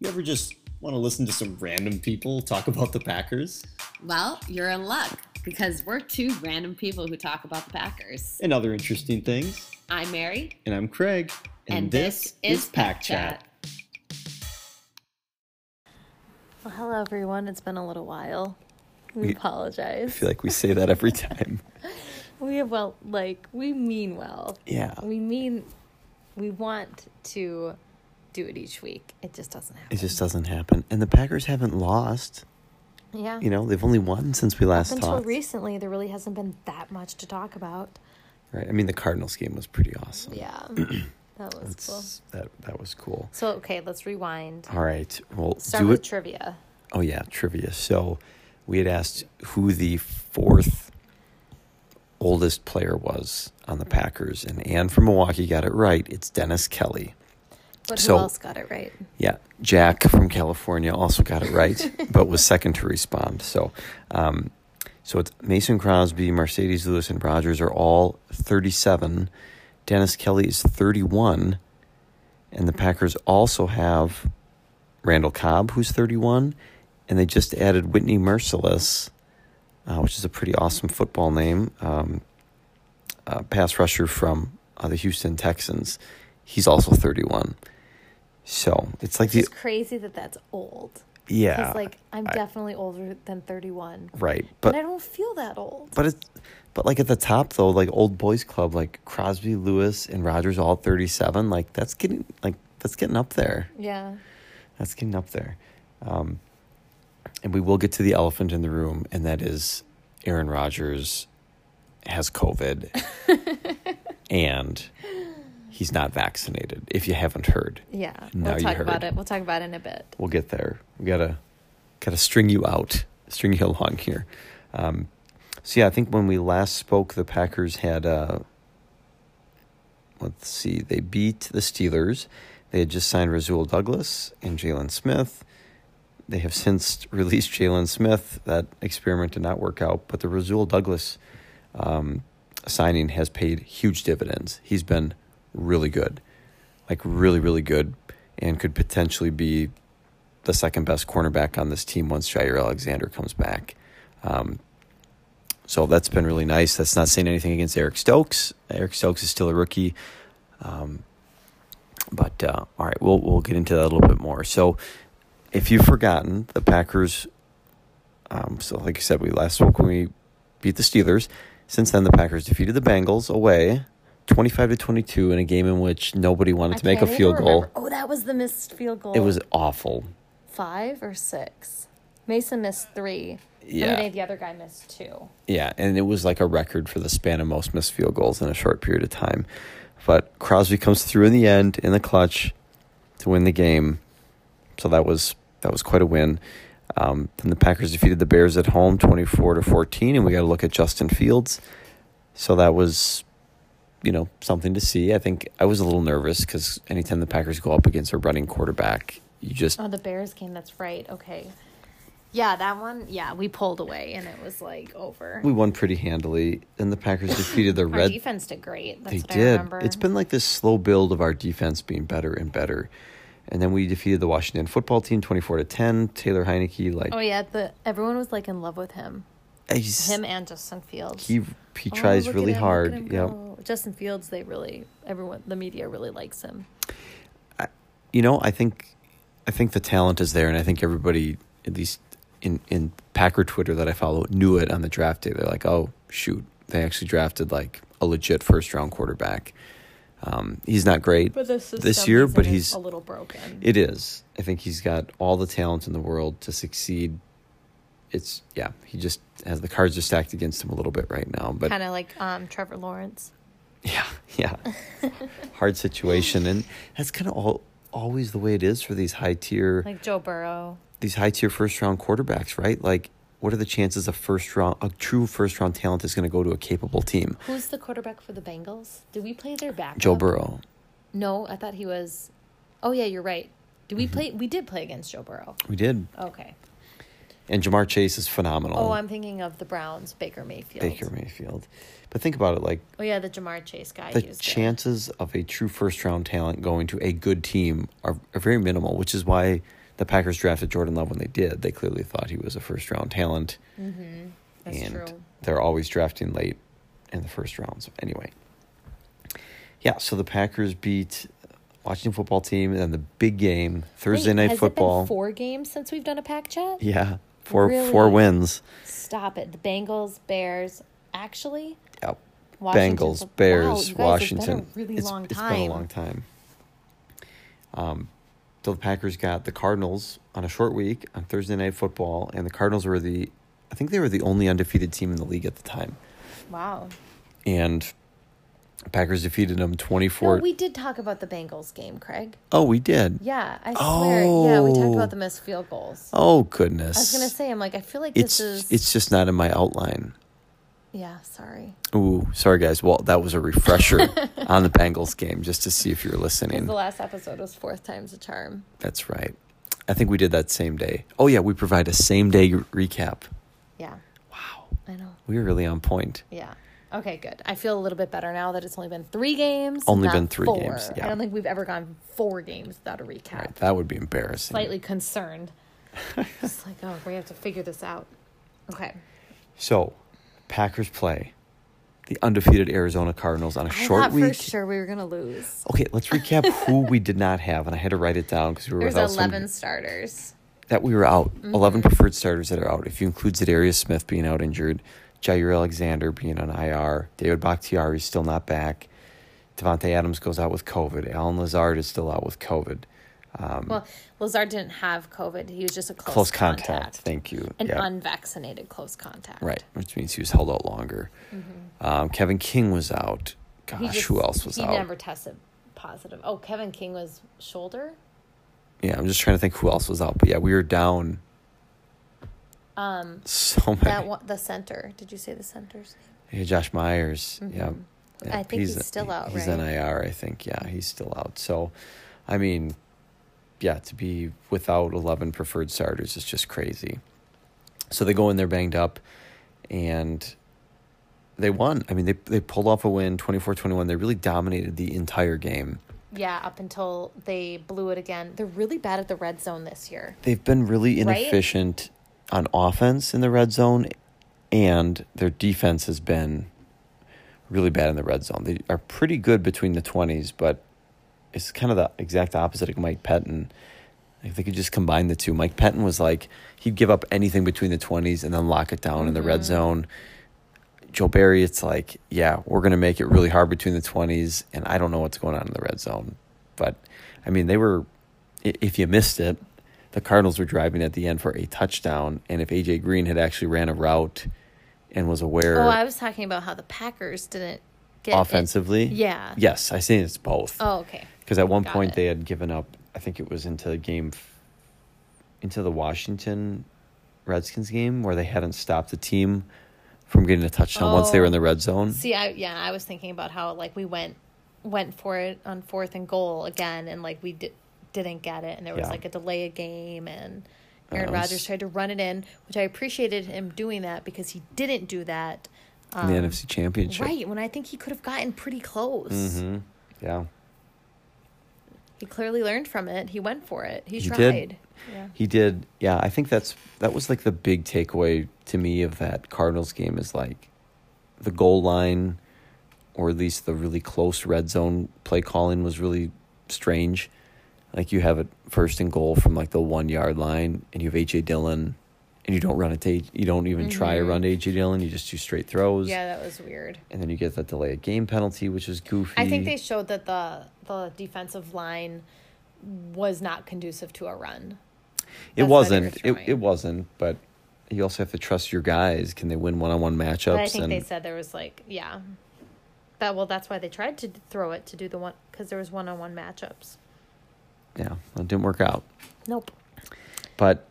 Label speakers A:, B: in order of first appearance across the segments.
A: You ever just want to listen to some random people talk about the Packers
B: Well, you're in luck because we're two random people who talk about the Packers.
A: and other interesting things?
B: I'm Mary,
A: And I'm Craig.
B: Pack
C: Well, hello everyone. It's been a little while. We,
D: We-
C: apologize.
D: I feel like we say that every time.
C: we have well, like we mean well.
D: Yeah.
C: We mean we want to do it each week. It just doesn't happen.
D: It just doesn't happen. And the Packers haven't lost.
C: yeah.
D: You know, they've only won since we last
C: Until
D: talked.
C: recently, there really hasn't been that much to talk about.
D: right. I mean, the Cardinals game was pretty awesome.
C: Yeah, that was cool.
D: It's- That that was cool.
C: So okay, let's rewind.
D: All right. Well,
C: Start
D: do
C: with
D: it.
C: trivia.
D: oh yeah, trivia. So, we had asked who the fourth oldest player was on the Packers, and Anne from Milwaukee got it right. It's Dennis Kelly.
C: But
D: So-
C: who else got it right?
D: Yeah, Jack from California also got it right, but was second to respond. So, um, so it's Mason Crosby, Mercedes Lewis, and Rogers are all thirty-seven. Dennis Kelly is thirty-one, and the Packers also have Randall Cobb, who's thirty-one, and they just added Whitney Merciless, uh, which is a pretty awesome football name. Um, uh, pass rusher from uh, the Houston Texans. He's also thirty-one. So it's like
C: It's
D: the
C: just crazy that that's old. 'Cause,
D: yeah,
C: like I'm
D: I-
C: definitely older than 31,
D: right,
C: but
D: but
C: I don't feel that old.
D: but it's but like at the top though, like old boys club, like Crosby, Lewis, and Rogers, all thirty seven. Like that's getting like that's getting up there.
C: yeah.
D: That's getting up there. Um, and we will get to the elephant in the room, and that is Aaron Rodgers has COVID, and he's not vaccinated. If you haven't heard,
C: Yeah,
D: Now
C: we'll
D: you
C: talk about
D: heard.
C: it. We'll talk about it in a bit.
D: we'll get there. We gotta gotta string you out, string you along here. Um, so yeah, I think when we last spoke, the Packers had uh, let's see, they beat the Steelers. They had just signed Razul Douglas and Jalen Smith. They have since released Jalen Smith. That experiment did not work out, but the Razul Douglas um, signing has paid huge dividends. He's been really good, like really, really good, and could potentially be the second best cornerback on this team once Jair Alexander comes back. Um, so that's been really nice. That's not saying anything against Eric Stokes. Eric Stokes is still a rookie. Um, but uh, all right, we'll we'll get into that a little bit more. So if you've forgotten, the Packers. Um, so like I said, we last spoke when we beat the Steelers. Since then, the Packers defeated the Bengals away, twenty-five to twenty-two, in a game in which nobody wanted
C: I
D: to make a
C: can't even
D: field goal.
C: remember. Oh, that was the missed field goal.
D: It was awful.
C: five or six. Mason missed three.
D: Yeah.
C: And the other guy missed two.
D: Yeah, and it was like a record for the span of most missed field goals in a short period of time. But Crosby comes through in the end in the clutch to win the game. So that was that was quite a win. Um, then the Packers defeated the Bears at home, twenty four to fourteen, and we got to look at Justin Fields. So that was, you know, something to see. I think I was a little nervous because anytime the Packers go up against a running quarterback, you just
C: Oh, the Bears game. That's right. Okay. Yeah, that one. Yeah, we pulled away and it was like over.
D: we won pretty handily, and the Packers defeated the
C: Our
D: Red
C: defense did great. That's
D: They
C: what I
D: did.
C: remember.
D: It's been like this slow build of our defense being better and better. And then we defeated the Washington football team 24 to 10. Taylor Heineke, like,
C: Oh yeah, the everyone was like in love with him.
D: he's-
C: Oh, Him and Justin Fields.
D: he, he
C: Oh,
D: tries
C: look at
D: really
C: him, look at him
D: hard. Yeah.
C: go. Justin Fields, they really everyone the media really likes him.
D: You know, I think, I think the talent is there. And I think everybody, at least in, in Packer Twitter that I follow, knew it on the draft day. They're like, oh, shoot. They actually drafted like a legit first round quarterback. Um, he's not great this year, but he's
C: a little broken.
D: It is. I think he's got all the talent in the world to succeed. It's yeah. He just has the cards are stacked against him a little bit right now, but
C: kind of like um, Trevor Lawrence.
D: yeah, yeah, hard situation, and that's kind of all always the way it is for these high tier
C: Like Joe Burrow.
D: these high tier first round quarterbacks, right? Like, what are the chances a first round a true first round talent is going to go to a capable team?
C: Who's the quarterback for the Bengals? Did we play their backup?
D: Joe Burrow.
C: No, I thought he was. Oh yeah, you're right. Did
D: Mm-hmm.
C: we play? We did play against Joe Burrow.
D: We did,
C: Okay.
D: and Jamar Chase is phenomenal.
C: Oh, I'm thinking of the Browns, Baker Mayfield.
D: Baker Mayfield, but think about it, like
C: Oh yeah, the Jamar Chase guy.
D: the
C: he was good.
D: chances of a true first round talent going to a good team are, are very minimal, which is why the Packers drafted Jordan Love when they did. They clearly thought he was a first round talent.
C: That's
D: and
C: true.
D: they're always drafting late in the first round. So anyway, yeah. So the Packers beat Washington football team, and then the big game Thursday
C: Wait,
D: night
C: has It
D: football.
C: been four games since we've done a pack chat.
D: yeah, four
C: Really?
D: four wins.
C: Stop it. The Bengals, Bears, actually.
D: Yep.
C: Washington
D: Bengals,
C: fo- Wow,
D: Bears,
C: you guys, it's been a
D: Washington.
C: really
D: It's-
C: long
D: It's been
C: time.
D: a long time. Um, so the Packers got the Cardinals on a short week on Thursday Night Football, and the Cardinals were the, I think they were the only undefeated team in the league at the time,
C: Wow.
D: and the Packers defeated them twenty
C: No,
D: four.
C: we did talk about the Bengals game, Craig.
D: oh, we did.
C: Yeah, I swear. Yeah, we talked
D: Oh.
C: about the missed field goals.
D: Oh goodness.
C: I was gonna say, I'm like, I feel like
D: it's
C: this is.
D: it's just not in my outline.
C: yeah, sorry.
D: Ooh, sorry guys. Well, that was a refresher on the Bengals game, just to see if you were listening.
C: The last episode was fourth time's a charm.
D: That's right. I think we did that same day. Oh yeah, we provide a same day recap.
C: Yeah. Wow. I know.
D: We were really on point.
C: Yeah. Okay, good. I feel a little bit better now that it's only been three games.
D: Only
C: not
D: been three
C: four.
D: games, yeah.
C: I don't think we've ever gone four games without a recap.
D: Right, that would be embarrassing.
C: Slightly concerned. Just like, oh, we have to figure this out. Okay.
D: So, Packers play the undefeated Arizona Cardinals on a
C: I
D: short
C: thought
D: week. Oh,
C: for sure we were gonna lose.
D: Okay, let's recap who we did not have, and I had to write it down because we were
C: There's
D: without some-
C: eleven Mm-hmm. starters.
D: that we were out. Eleven preferred starters that are out. If you include Zadarius Smith being out injured, Jair Alexander being on IR, David Bakhtiari still not back, Devontae Adams goes out with COVID, Alan Lazard is still out with COVID.
C: Well, Lazard didn't have COVID. He was just a close,
D: close contact. Thank you.
C: An
D: Yeah.
C: unvaccinated close contact.
D: right, which means he was held out longer. Um, Kevin King was out. Gosh,
C: Mm-hmm. He just-
D: who else was
C: he
D: out?
C: never tested positive. Oh, Kevin King was shoulder.
D: Yeah, I'm just trying to think who else was out. But yeah, we were down. Um, so many.
C: That one, the center. Did you say the center's name?
D: Yeah, Josh Myers. Yeah. Yeah,
C: Mm-hmm. I think he's still out,
D: He's
C: right?
D: on IR, I think. Yeah, he's still out. So, I mean, yeah, to be without 11 preferred starters is just crazy. So they go in there banged up and they won. I mean, they, they pulled off a win 24 21. They really dominated the entire game.
C: Yeah, up until they blew it again. They're really bad at the red zone this year.
D: They've been really
C: Right?
D: inefficient on offense in the red zone, and their defense has been really bad in the red zone. They are pretty good between the 20s, but it's kind of the exact opposite of Mike Pettin. If they could just combine the two, Mike Pettin was like, he'd give up anything between the 20s and then lock it down in the red
C: Mm-hmm.
D: zone. Joe Barry, it's like, yeah, we're going to make it really hard between the 20s, and I don't know what's going on in the red zone. But, I mean, they were, i- if you missed it, the Cardinals were driving at the end for a touchdown, and if A.J. Green had actually ran a route and was aware
C: Oh, I was talking about how the Packers didn't get it.
D: offensively,
C: Yeah.
D: yes, I say it's both.
C: Oh, okay.
D: Because at one
C: Got
D: point
C: it.
D: they had given up. I think it was into game, f- into the Washington Redskins game where they hadn't stopped the team from getting a touchdown once they were
C: Oh.
D: in the red zone.
C: See, I yeah, I was thinking about how like we went went for it on fourth and goal again, and like we di- didn't get it, and there was
D: Yeah.
C: like a delay of game, and Aaron
D: it was-
C: Rodgers tried to run it in, which I appreciated him doing that because he didn't do that.
D: in the NFC Championship.
C: Right when I think he could have gotten pretty close,
D: Mm-hmm. Yeah.
C: he clearly learned from it. He went for it. He,
D: He
C: tried.
D: did.
C: Yeah.
D: He did. Yeah, I think that's that was like the big takeaway to me of that Cardinals game is like the goal line or at least the really close red zone play calling was really strange. Like you have it first and goal from like the 1 yard line and you have AJ Dillon and you don't run it to A- you don't even try to run to AJ Dillon, you just do straight throws.
C: Mm-hmm. Yeah, that was weird.
D: And then you get that delay of game penalty, which is goofy.
C: I think they showed that the the defensive line was not conducive to a run.
D: it
C: That's why they were
D: wasn't. It,
C: throwing.
D: it wasn't, but you also have to trust your guys. Can they win one-on-one matchups?
C: But I think
D: and
C: they said there was like yeah, that well that's why they tried to throw it to do the one because there was one on one matchups.
D: yeah, it didn't work out.
C: Nope.
D: But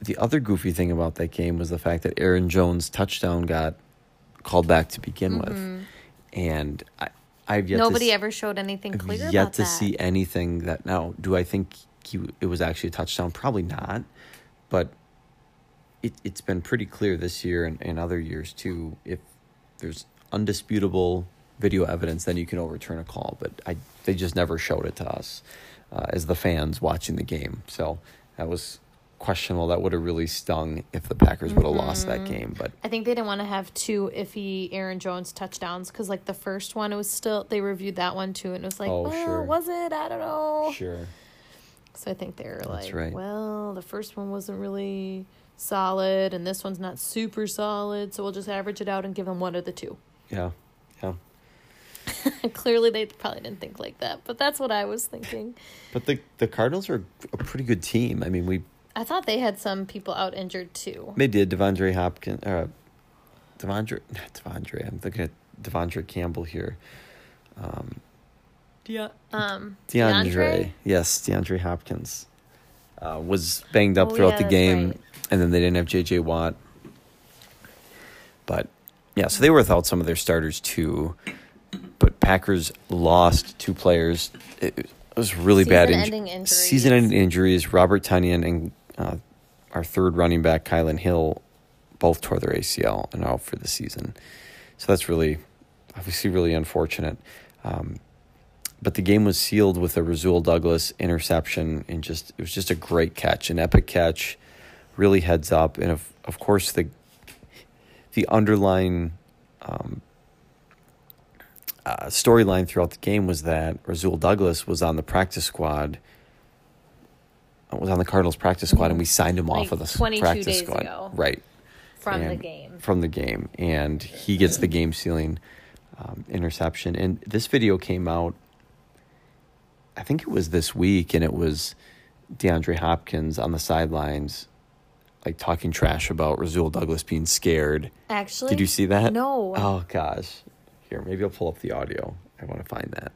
D: the other goofy thing about that game was the fact that Aaron Jones' touchdown got called back to begin with, and I, I've yet
C: Mm-hmm. Nobody
D: to, s-
C: ever showed anything
D: I've
C: clear
D: yet
C: about
D: to
C: that.
D: see anything that now. Do I think he, it was actually a touchdown? Probably not, but it it's been pretty clear this year and, and other years too. If there's undisputable video evidence, then you can overturn a call. But I they just never showed it to us uh, as the fans watching the game. So That was questionable. That would have really stung if the Packers would have lost that
C: Mm-hmm.
D: game. But
C: I think they didn't want to have two iffy Aaron Jones touchdowns because, like, the first one, it was still, they reviewed that one too, and it was like,
D: Oh,
C: well,
D: sure.
C: was it? I don't know.
D: sure,
C: So I think they were like,
D: right.
C: well, the first one wasn't really solid, and this one's not super solid, so we'll just average it out and give them one of the two.
D: yeah, yeah.
C: Clearly, they probably didn't think like that, but that's what I was thinking.
D: But the the Cardinals are a pretty good team. I mean, we
C: I thought they had some people out injured too.
D: They did Devondre Hopkins, uh, Devondre, not Devondre. I'm thinking of Devondre Campbell here. Um,
C: Yeah. Um.
D: DeAndre, yes, DeAndre Hopkins uh, was banged up
C: Oh,
D: throughout
C: yeah,
D: the
C: that's
D: game,
C: right.
D: and then they didn't have J.J. Watt. But yeah, so they were without some of their starters too. But Packers lost two players. It, it was really bad.
C: Season-ending injuries.
D: Season-ending injuries. Robert Tunyon and uh, our third running back, Kylan Hill, both tore their ACL and out for the season. So that's really, obviously, really unfortunate. Um, but the game was sealed with a Razul Douglas interception and just it was just a great catch, an epic catch, really heads up, and of of course the the underlying um, uh, storyline throughout the game was that Razul Douglas was on the practice squad, uh, was on the Cardinals practice squad, and we signed him
C: Like
D: off of the s-
C: 22
D: practice
C: days
D: squad,
C: ago.
D: right?
C: from the
D: and-
C: game.
D: From the game, and he gets the game sealing um, interception. And this video came out, I think it was this week, and it was DeAndre Hopkins on the sidelines, like talking trash about Razul Douglas being scared.
C: Actually,
D: Did you see that?
C: No.
D: Oh gosh. Here, maybe I'll pull up the audio. I want to find that.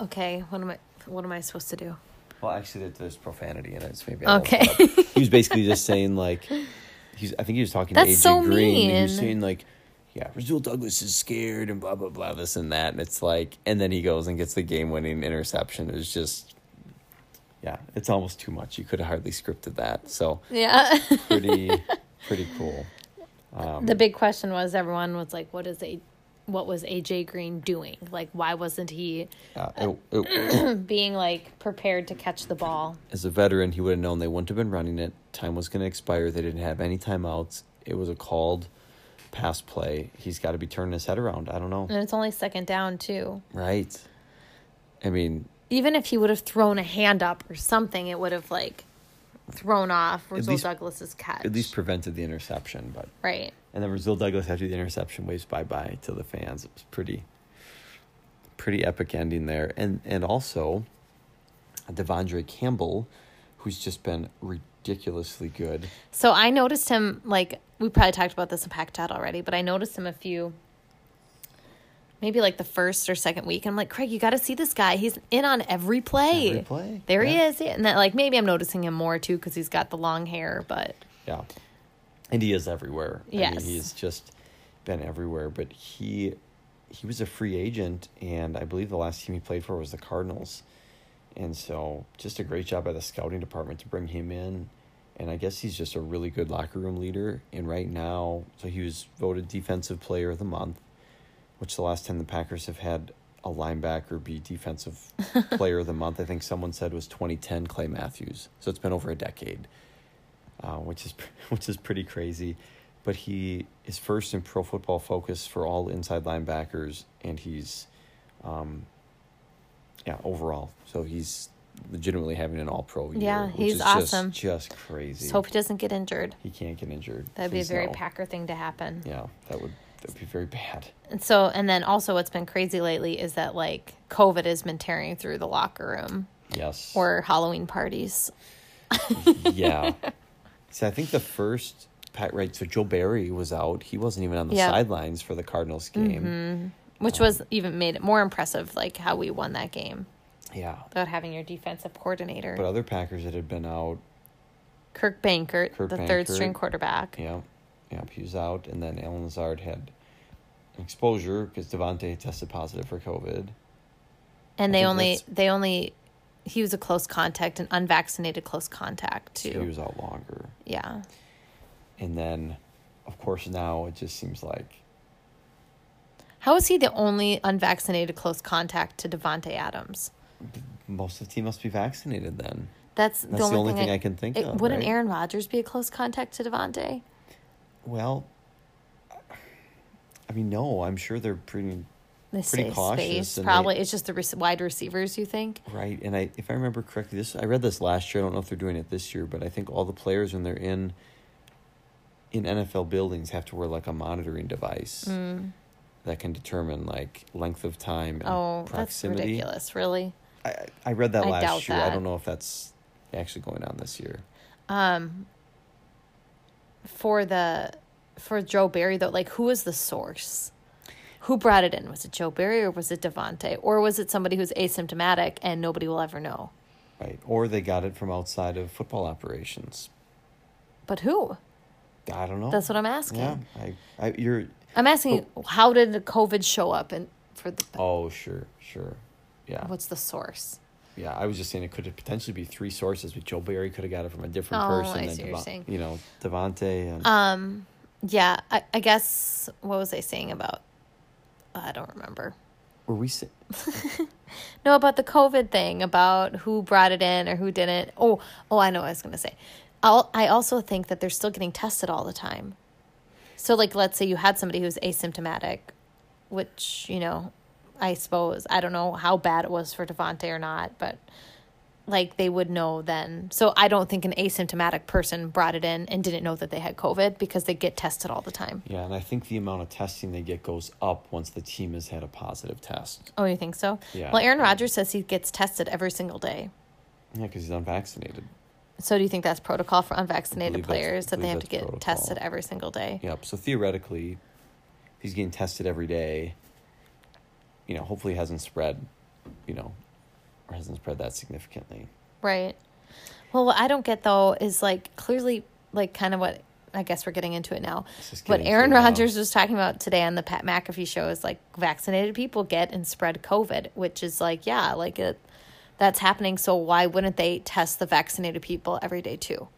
C: Okay. What am I? What am I supposed to do?
D: Well, actually, there- there's profanity in it. So maybe won't
C: Okay.
D: put up. he was basically just saying like, he's. I think he was talking
C: That's
D: to
C: so
D: AJ Green. And he was
C: mean.
D: saying like, yeah, Razul Douglas is scared and blah blah blah this and that, and it's like, and then he goes and gets the game-winning interception. It was just, yeah, it's almost too much. You could have hardly scripted that. So
C: Yeah.
D: pretty, pretty cool.
C: the big question was everyone was like, "What is a, what was AJ Green doing? Like, why wasn't he
D: Yeah, it- it-
C: being like prepared to catch the ball?"
D: as a veteran, he would have known they wouldn't have been running it. Time was going to expire. They didn't have any timeouts. It was a called pass play. He's got to be turning his head around. I don't know.
C: And it's only second down too.
D: Right. I mean,
C: Even if he would have thrown a hand up or something, it would have like thrown off Russell
D: least-
C: Douglas's catch.
D: at least prevented the interception. But
C: right.
D: and then Brazil Douglas after the interception waves bye bye to the fans. It was pretty, pretty epic ending there. And and also, Devondre Campbell, who's just been ridiculously good.
C: So I noticed him like we probably talked about this in pack chat already, but I noticed him a few maybe like the first or second week. I'm like, Craig, you gotta see this guy. He's in on every play.
D: Every play,
C: There
D: yeah.
C: he is. And that like maybe I'm noticing him more too because he's got the long hair, but
D: Yeah. And he is everywhere. I
C: Yes.
D: mean, he's just been everywhere. But he he was a free agent and I believe the last team he played for was the Cardinals. And so just a great job by the scouting department to bring him in. And I guess he's just a really good locker room leader. And right now so he was voted defensive player of the month, which the last time the Packers have had a linebacker be defensive player of the month, I think someone said was twenty ten Clay Matthews. So it's been over a decade uh, which is which is pretty crazy. But he is first in Pro Football Focus for all inside linebackers, and he's, um, yeah, overall. So he's legitimately having an All Pro year.
C: Yeah,
D: which
C: he's
D: is
C: awesome.
D: Just, just crazy.
C: just hope he doesn't get injured.
D: he can't get injured.
C: That'd be a
D: Please,
C: very
D: no.
C: Packer thing to happen.
D: Yeah, that would that'd be very bad.
C: And so and then also what's been crazy lately is that like COVID has been tearing through the locker room
D: Yes.
C: or Halloween parties.
D: yeah. So I think the first Pat right. So Joe Barry was out. He wasn't even on the
C: Yeah. Mm-hmm.
D: sidelines for the Cardinals game.
C: Which was even made it more impressive, like how we won that game.
D: Yeah.
C: without having your defensive coordinator.
D: But uh, other Packers that had been out,
C: Kirk Bankert,
D: Kirk
C: the third
D: Bankert.
C: string quarterback.
D: Yeah, yeah, he was out, and then Alan Lazard had exposure because Devontae tested positive for COVID.
C: And they
D: I think
C: only
D: that's-
C: they only he was a close contact, an unvaccinated close contact
D: So he
C: too.
D: was out longer,
C: Yeah.
D: and then, of course, now it just seems like
C: How is he the only unvaccinated close contact to Devonte Adams?
D: most of the team must be vaccinated. Then
C: That's,
D: That's the only thing I can think of,
C: Wouldn't
D: right?
C: Aaron Rodgers be a close contact to Devontae?
D: Well, I mean, no, I'm sure they're pretty
C: They
D: Pretty
C: say
D: cautious,
C: space.
D: and
C: Probably
D: they-
C: it's just the rec- wide receivers. You think?
D: right. And I, if I remember correctly, this I read this last year. I don't know if they're doing it this year, but I think all the players when they're in in NFL buildings have to wear like a monitoring device
C: Mm.
D: that can determine like length of time and
C: Oh, that's
D: proximity.
C: ridiculous. Really?
D: I, I read that
C: I
D: last
C: doubt
D: year. I
C: that.
D: don't know if that's actually going on this year.
C: for the for Joe Barry though, like who was the source? Who brought it in? Was it Joe Barry or was it Devontae? Or was it somebody who's asymptomatic and nobody will ever know?
D: Right. Or they got it from outside of football operations.
C: But who?
D: I don't know.
C: That's what I'm asking.
D: Yeah. I, I you're
C: I'm asking how did COVID show up and for the
D: oh sure, sure. Yeah.
C: what's the source?
D: Yeah. I was just saying it could have potentially be three sources, but Joe Barry could have got it from a different
C: Oh,
D: person
C: I
D: than
C: see what you're
D: Devon-
C: saying. Um,
D: you know, Devontae and
C: Yeah, I, I guess what was I saying about I don't remember.
D: were we sa-
C: No, about the COVID thing, about who brought it in or who didn't. Oh, oh, I know what I was going to say. I'll, I also think that they're still getting tested all the time. So, like, let's say you had somebody who's asymptomatic, which, you know, I suppose, I don't know how bad it was for Devontae or not, but like they would know then. So, I don't think an asymptomatic person brought it in and didn't know that they had COVID because they get tested all the time.
D: Yeah, and I think the amount of testing they get goes up once the team has had a positive test.
C: Oh, you think so?
D: Yeah.
C: Well, Aaron Rodgers says he gets tested every single day.
D: Yeah, because he's unvaccinated.
C: So do you think that's protocol for
D: I
C: unvaccinated
D: believe that's-
C: players that they
D: believe
C: have to
D: that's
C: get
D: protocol.
C: tested every single day?
D: Yep. So theoretically, if he's getting tested every day. You know, hopefully it hasn't spread, you know, or hasn't spread that significantly.
C: Right. Well, what I don't get though is like clearly like kind of what I guess we're getting into it now.
D: just
C: What
D: getting
C: Aaron
D: into it now.
C: Rodgers was talking about today on the Pat McAfee show is like vaccinated people get and spread COVID, which is like yeah, like it that's happening. So why wouldn't they test the vaccinated people every day too?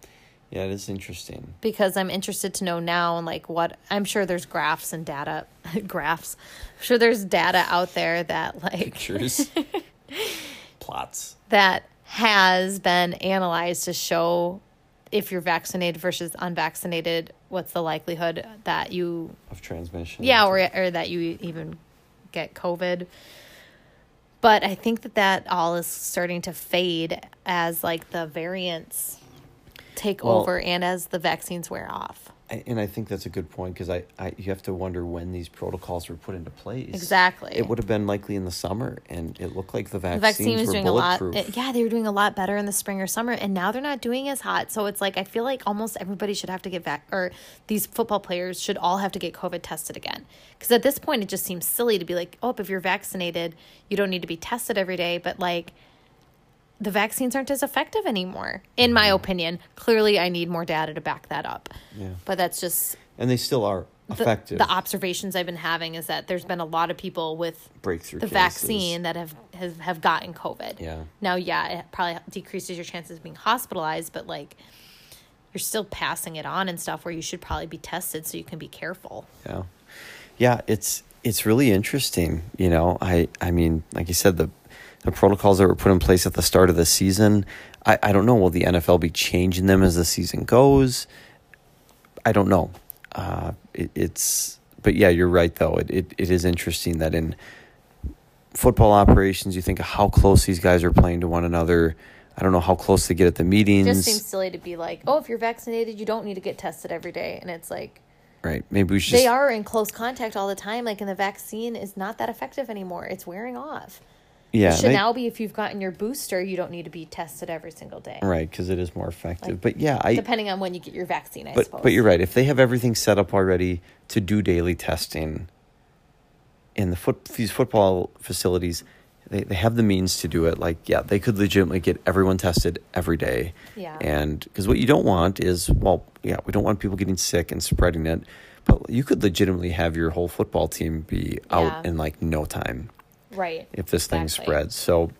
D: Yeah, it is interesting.
C: because I'm interested to know now and like what I'm sure there's graphs and data graphs. I'm sure there's data out there that like
D: Pictures, plots.
C: that has been analyzed to show if you're vaccinated versus unvaccinated, what's the likelihood that you
D: of transmission.
C: yeah or or that you even get COVID. But I think that that all is starting to fade as like the variants take
D: Well-
C: over and as the vaccines wear off.
D: I- and I think that's a good point because I, I, you have to wonder when these protocols were put into place.
C: Exactly.
D: It would have been likely in the summer, and it looked like the
C: the
D: vaccines
C: vaccine was
D: were
C: doing a lot.
D: bulletproof.
C: it- yeah, they were doing a lot better in the spring or summer, and now they're not doing as hot. So it's like I feel like almost everybody should have to get back, or these football players should all have to get COVID tested again. Because at this point, it just seems silly to be like, oh, if you're vaccinated, you don't need to be tested every day. But like, the vaccines aren't as effective anymore, in my opinion. Clearly, I need more data to back that up.
D: Mm-hmm. Yeah.
C: But that's just
D: and they still are
C: the,
D: effective.
C: the observations I've been having is that there's been a lot of people with
D: breakthrough
C: the
D: cases.
C: vaccine that have, have have gotten COVID.
D: Yeah.
C: Now, yeah, it probably decreases your chances of being hospitalized, but like you're still passing it on and stuff where you should probably be tested so you can be careful.
D: Yeah, yeah. It's it's really interesting. You know, I I mean, like you said, the the protocols that were put in place at the start of the season. I I don't know. Will the NFL be changing them as the season goes? I don't know. Uh, it, it's but yeah, you're right though. It, it it is interesting that in football operations, you think of how close these guys are playing to one another. I don't know how close they get at the meetings.
C: It just seems silly to be like, oh, if you're vaccinated, you don't need to get tested every day, and it's like
D: right? Maybe we should.
C: they
D: just-
C: are in close contact all the time. Like, and the vaccine is not that effective anymore; it's wearing off.
D: Yeah.
C: it should
D: they-
C: now be if you've gotten your booster, you don't need to be tested every single day,
D: Right, because it is more effective. but yeah, I
C: depending on when you get your vaccine. I
D: but
C: suppose.
D: but you're right. If they have everything set up already to do daily testing in the foot these football facilities, they, they have the means to do it. Like yeah, they could legitimately get everyone tested every day.
C: Yeah.
D: And because what you don't want is well yeah we don't want people getting sick and spreading it, but you could legitimately have your whole football team be out
C: Yeah.
D: in like no time
C: right.
D: if this thing
C: Exactly.
D: spreads. So,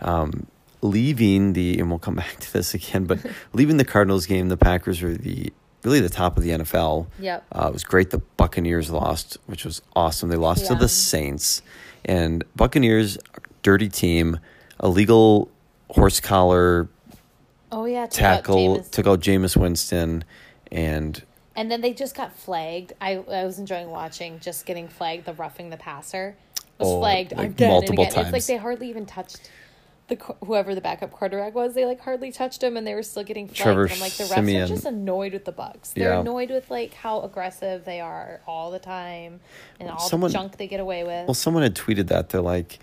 D: um, leaving the and we'll come back to this again, but leaving the Cardinals game, the Packers were the really the top of the NFL.
C: Yep.
D: uh, it was great. The Buccaneers lost, which was awesome. They lost to
C: Yeah.
D: the Saints, and Buccaneers, dirty team, illegal horse collar
C: Oh yeah, took out
D: tackle
C: Jameis.
D: took out Jameis Winston, and
C: and then they just got flagged. I I was enjoying watching just getting flagged. The roughing the passer was
D: Oh,
C: flagged
D: like,
C: again
D: multiple
C: and again. It's
D: times.
C: like they hardly even touched the qu- whoever the backup quarterback was. They like hardly touched him, and they were still getting flagged.
D: Trevor
C: and I'm like the refs
D: Simeon.
C: are just annoyed with the Bucks. They're
D: Yeah.
C: annoyed with like how aggressive they are all the time and all
D: Someone-
C: the junk they get away with.
D: well, someone had tweeted that they're like,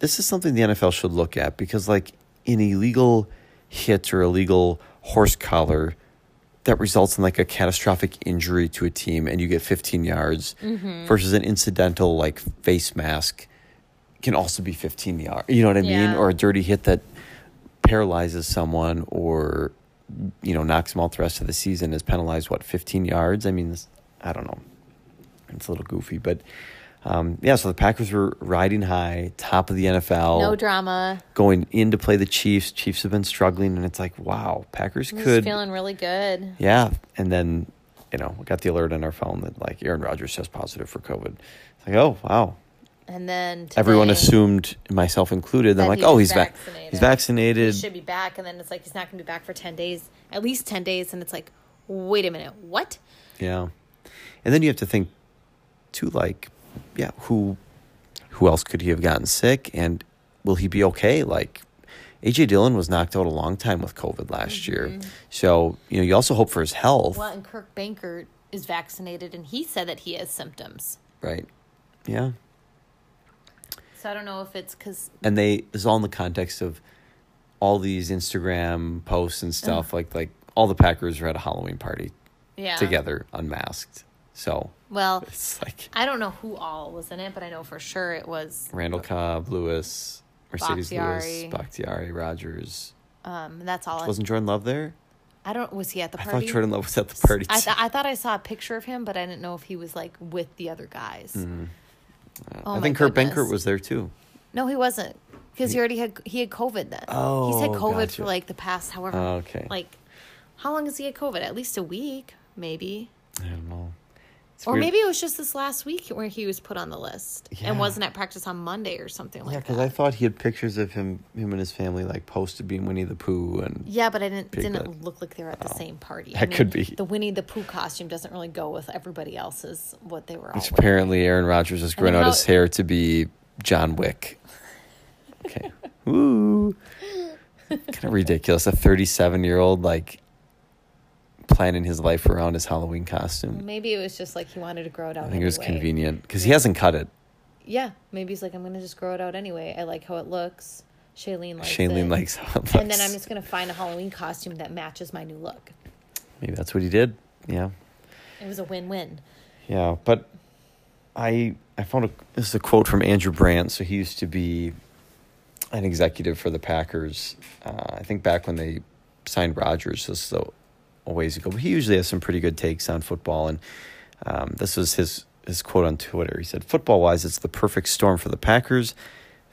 D: this is something the NFL should look at because like an illegal hit or illegal horse collar that results in like a catastrophic injury to a team and you get 15 yards versus an incidental like face mask can also be 15 yards. You know what I mean?
B: Yeah.
D: Or a dirty hit that paralyzes someone or you know knocks them out the rest of the season is penalized what 15 yards. I mean, this, I don't know. It's a little goofy, but um, yeah. So the Packers were riding high, top of the NFL,
C: no drama.
D: going in to play the Chiefs. Chiefs have been struggling, and it's like wow, Packers
C: I'm
D: could
C: just feeling really good.
D: yeah, and then you know we got the alert on our phone that like Aaron Rodgers test positive for COVID. It's like oh wow,
C: And then today,
D: everyone assumed, myself included, I'm
C: That
D: like,
C: he
D: oh,
C: was
D: he's back.
C: vaccinated.
D: He's vaccinated.
C: he should be back, and then it's like he's not going to be back for ten days, at least ten days, and it's like, wait a minute, what?
D: Yeah, and then you have to think, too, like, yeah, who, who else could he have gotten sick, and will he be okay? Like, AJ Dillon was knocked out a long time with COVID last year, so you know you also hope for his health,
C: Well, and Kirk Banker is vaccinated, and he said that he has symptoms.
D: right? Yeah,
C: So I don't know if it's because
D: and they it's all in the context of all these Instagram posts and stuff, like like all the Packers were at a Halloween party
C: yeah
D: together, unmasked. So
C: Well,
D: it's like
C: I don't know who all was in it, but I know for sure it was.
D: Randall Cobb, Lewis, Mercedes Lewis,
C: Bakhtiari.
D: Bakhtiari, Rogers.
C: Um, that's all. I,
D: Wasn't Jordan Love there?
C: I don't. Was he at the
D: I
C: party?
D: thought Jordan Love was at the party.
C: I,
D: too.
C: th- I thought I saw a picture of him, but I didn't know if he was like with the other guys. Oh,
D: Mm-hmm. I
C: my
D: think Kurt
C: goodness.
D: Benkert was there too.
C: No, he wasn't, because he already had he had COVID then. he's had
D: Oh,
C: COVID
D: gotcha.
C: for like the past however.
D: Oh, okay.
C: Like, how long has he had COVID? At least a week, maybe.
D: I don't know. It's
C: Or
D: weird.
C: maybe it was just this last week where he was put on the list
D: Yeah.
C: and wasn't at practice on Monday or something
D: yeah,
C: like
D: because
C: that.
D: I thought he had pictures of him, him and his family, like posted being Winnie the Pooh, and
C: yeah, but I didn't
D: Big
C: didn't
D: bit.
C: look like they were at the same party. I
D: Oh. That could be.
C: the Winnie the Pooh costume doesn't really go with everybody else's what they were all
D: which
C: wearing.
D: apparently Aaron Rodgers is growing
C: then
D: out
C: how-
D: his hair to be John Wick. Okay, ooh, kind of ridiculous. A thirty-seven-year-old like planning his life around his Halloween costume.
C: Maybe it was just like he wanted to grow it out.
D: I think it was
C: anyway.
D: convenient because he hasn't cut it.
C: Yeah, maybe he's like, I'm gonna just grow it out anyway. I like how it looks. Shailene likes
D: Shailene
C: it.
D: likes how it looks.
C: And then I'm just gonna find a Halloween costume that matches my new look.
D: Maybe that's what he did. Yeah,
C: It was a win-win.
D: yeah. But I I found a this is a quote from Andrew Brandt. So he used to be an executive for the Packers. Uh, I think back when they signed Rodgers, this is a, a ways ago. But he usually has some pretty good takes on football, and um, this was his his quote on Twitter. He said, "Football wise, it's the perfect storm for the Packers."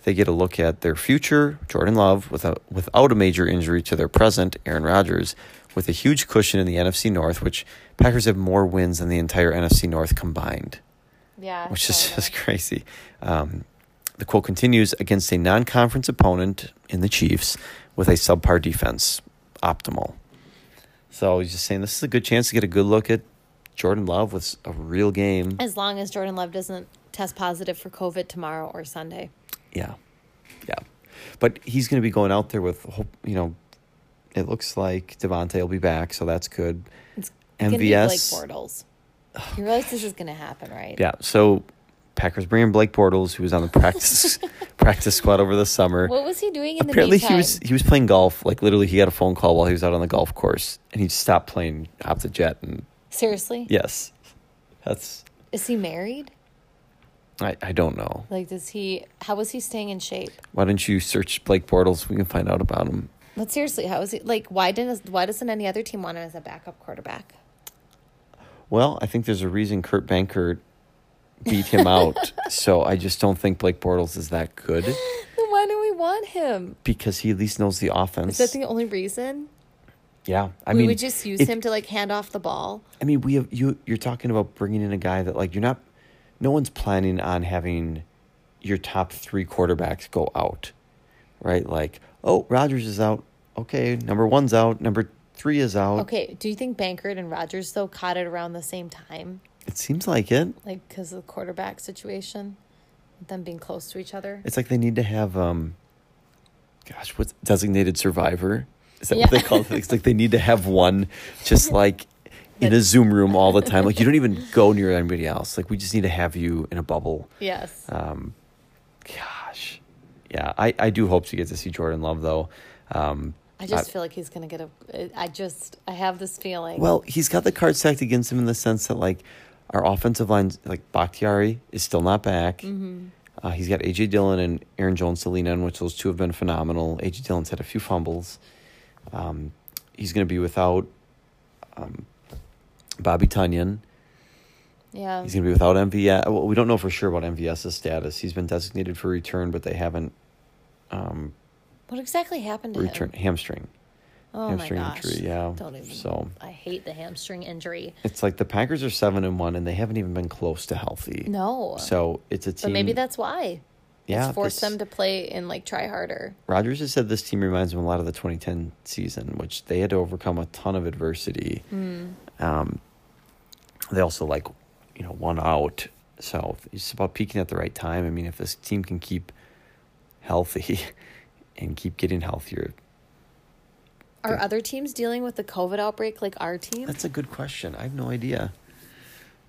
D: They get a look at their future, Jordan Love, without, without a major injury to their present, Aaron Rodgers, with a huge cushion in the NFC North, which Packers have more wins than the entire NFC North combined
C: Yeah.
D: which is just crazy. Um, the quote continues against a non conference opponent in the Chiefs with a subpar defense, optimal. So he's just saying this is a good chance to get a good look at Jordan Love with a real game.
C: as long as Jordan Love doesn't test positive for COVID tomorrow or Sunday.
D: Yeah. Yeah. But he's going to be going out there with, hope- you know, it looks like Devontae will be back, so that's good.
C: It's gonna be Blake
D: MVS.
C: Bortles. You realize this is gonna happen, right?
D: Yeah. So Packers bring in Blake Bortles, who was on the practice practice squad over the summer.
C: What was he doing in
D: apparently
C: the meantime?
D: he was he was playing golf like literally he got a phone call while he was out on the golf course and he stopped playing off the jet and
C: Seriously?
D: yes that's
C: Is he married?
D: i, I don't know
C: Like does he how was he staying in shape?
D: why don't you search blake bortles we can find out about him
C: But seriously, how is he like why didn't why doesn't any other team want him as a backup quarterback?
D: well i think there's a reason kurt Bankert beat him out so i just don't think blake bortles is that good
C: Then why do we want him?
D: because he at least knows the offense
C: Is that the only reason?
D: yeah i
C: we
D: mean
C: would just use
D: it-
C: him to like hand off the ball.
D: I mean, we have you. You're talking about bringing in a guy that like you're not. No one's planning on having your top three quarterbacks go out, right? Like, oh, Rogers is out. Okay, number one's out. Number three is out.
C: Okay, do you think Bankert and Rogers though caught it around the same time,
D: It seems like it.
C: like because of the quarterback situation, with them being close to each other?
D: It's like they need to have, um, gosh, what's designated survivor? Is that what they
C: Yeah.
D: call it? It's like they need to have one just like in a Zoom room all the time. Like you don't even go near anybody else. Like we just need to have you in a bubble.
C: Yes.
D: Um, gosh, yeah, I, I do hope to get to see Jordan Love though. Um,
C: I just feel like he's gonna get a. I just I have this feeling.
D: well, he's got the card stacked against him in the sense that like our offensive line, like Bakhtiari, is still not back. Uh, he's got AJ Dillon and Aaron Jones to lean on, which those two have been phenomenal. AJ Dillon's had a few fumbles. Um, he's going to be without um, Bobby Tunyon.
C: yeah.
D: He's going to be without MVS. Well, we don't know for sure about MVS's status. He's been designated for return, but they haven't
C: What exactly happened to
D: return
C: him?
D: hamstring.
C: Oh
D: hamstring
C: my gosh.
D: injury, yeah.
C: Don't even.
D: So-
C: I hate the hamstring injury.
D: It's like the Packers are seven and one, and they haven't even been close to healthy.
C: No.
D: So it's a team.
C: But maybe that's why.
D: yeah.
C: it's forced
D: this-
C: them to play and like try harder.
D: Rodgers has said this team reminds him a lot of the 2010 season, which they had to overcome a ton of adversity.
C: Hmm.
D: Um, they also like, you know, one out. So it's about peaking at the right time. I mean, if this team can keep healthy and keep getting healthier,
C: Are other teams dealing with the COVID outbreak like our team?
D: that's a good question. I have no idea.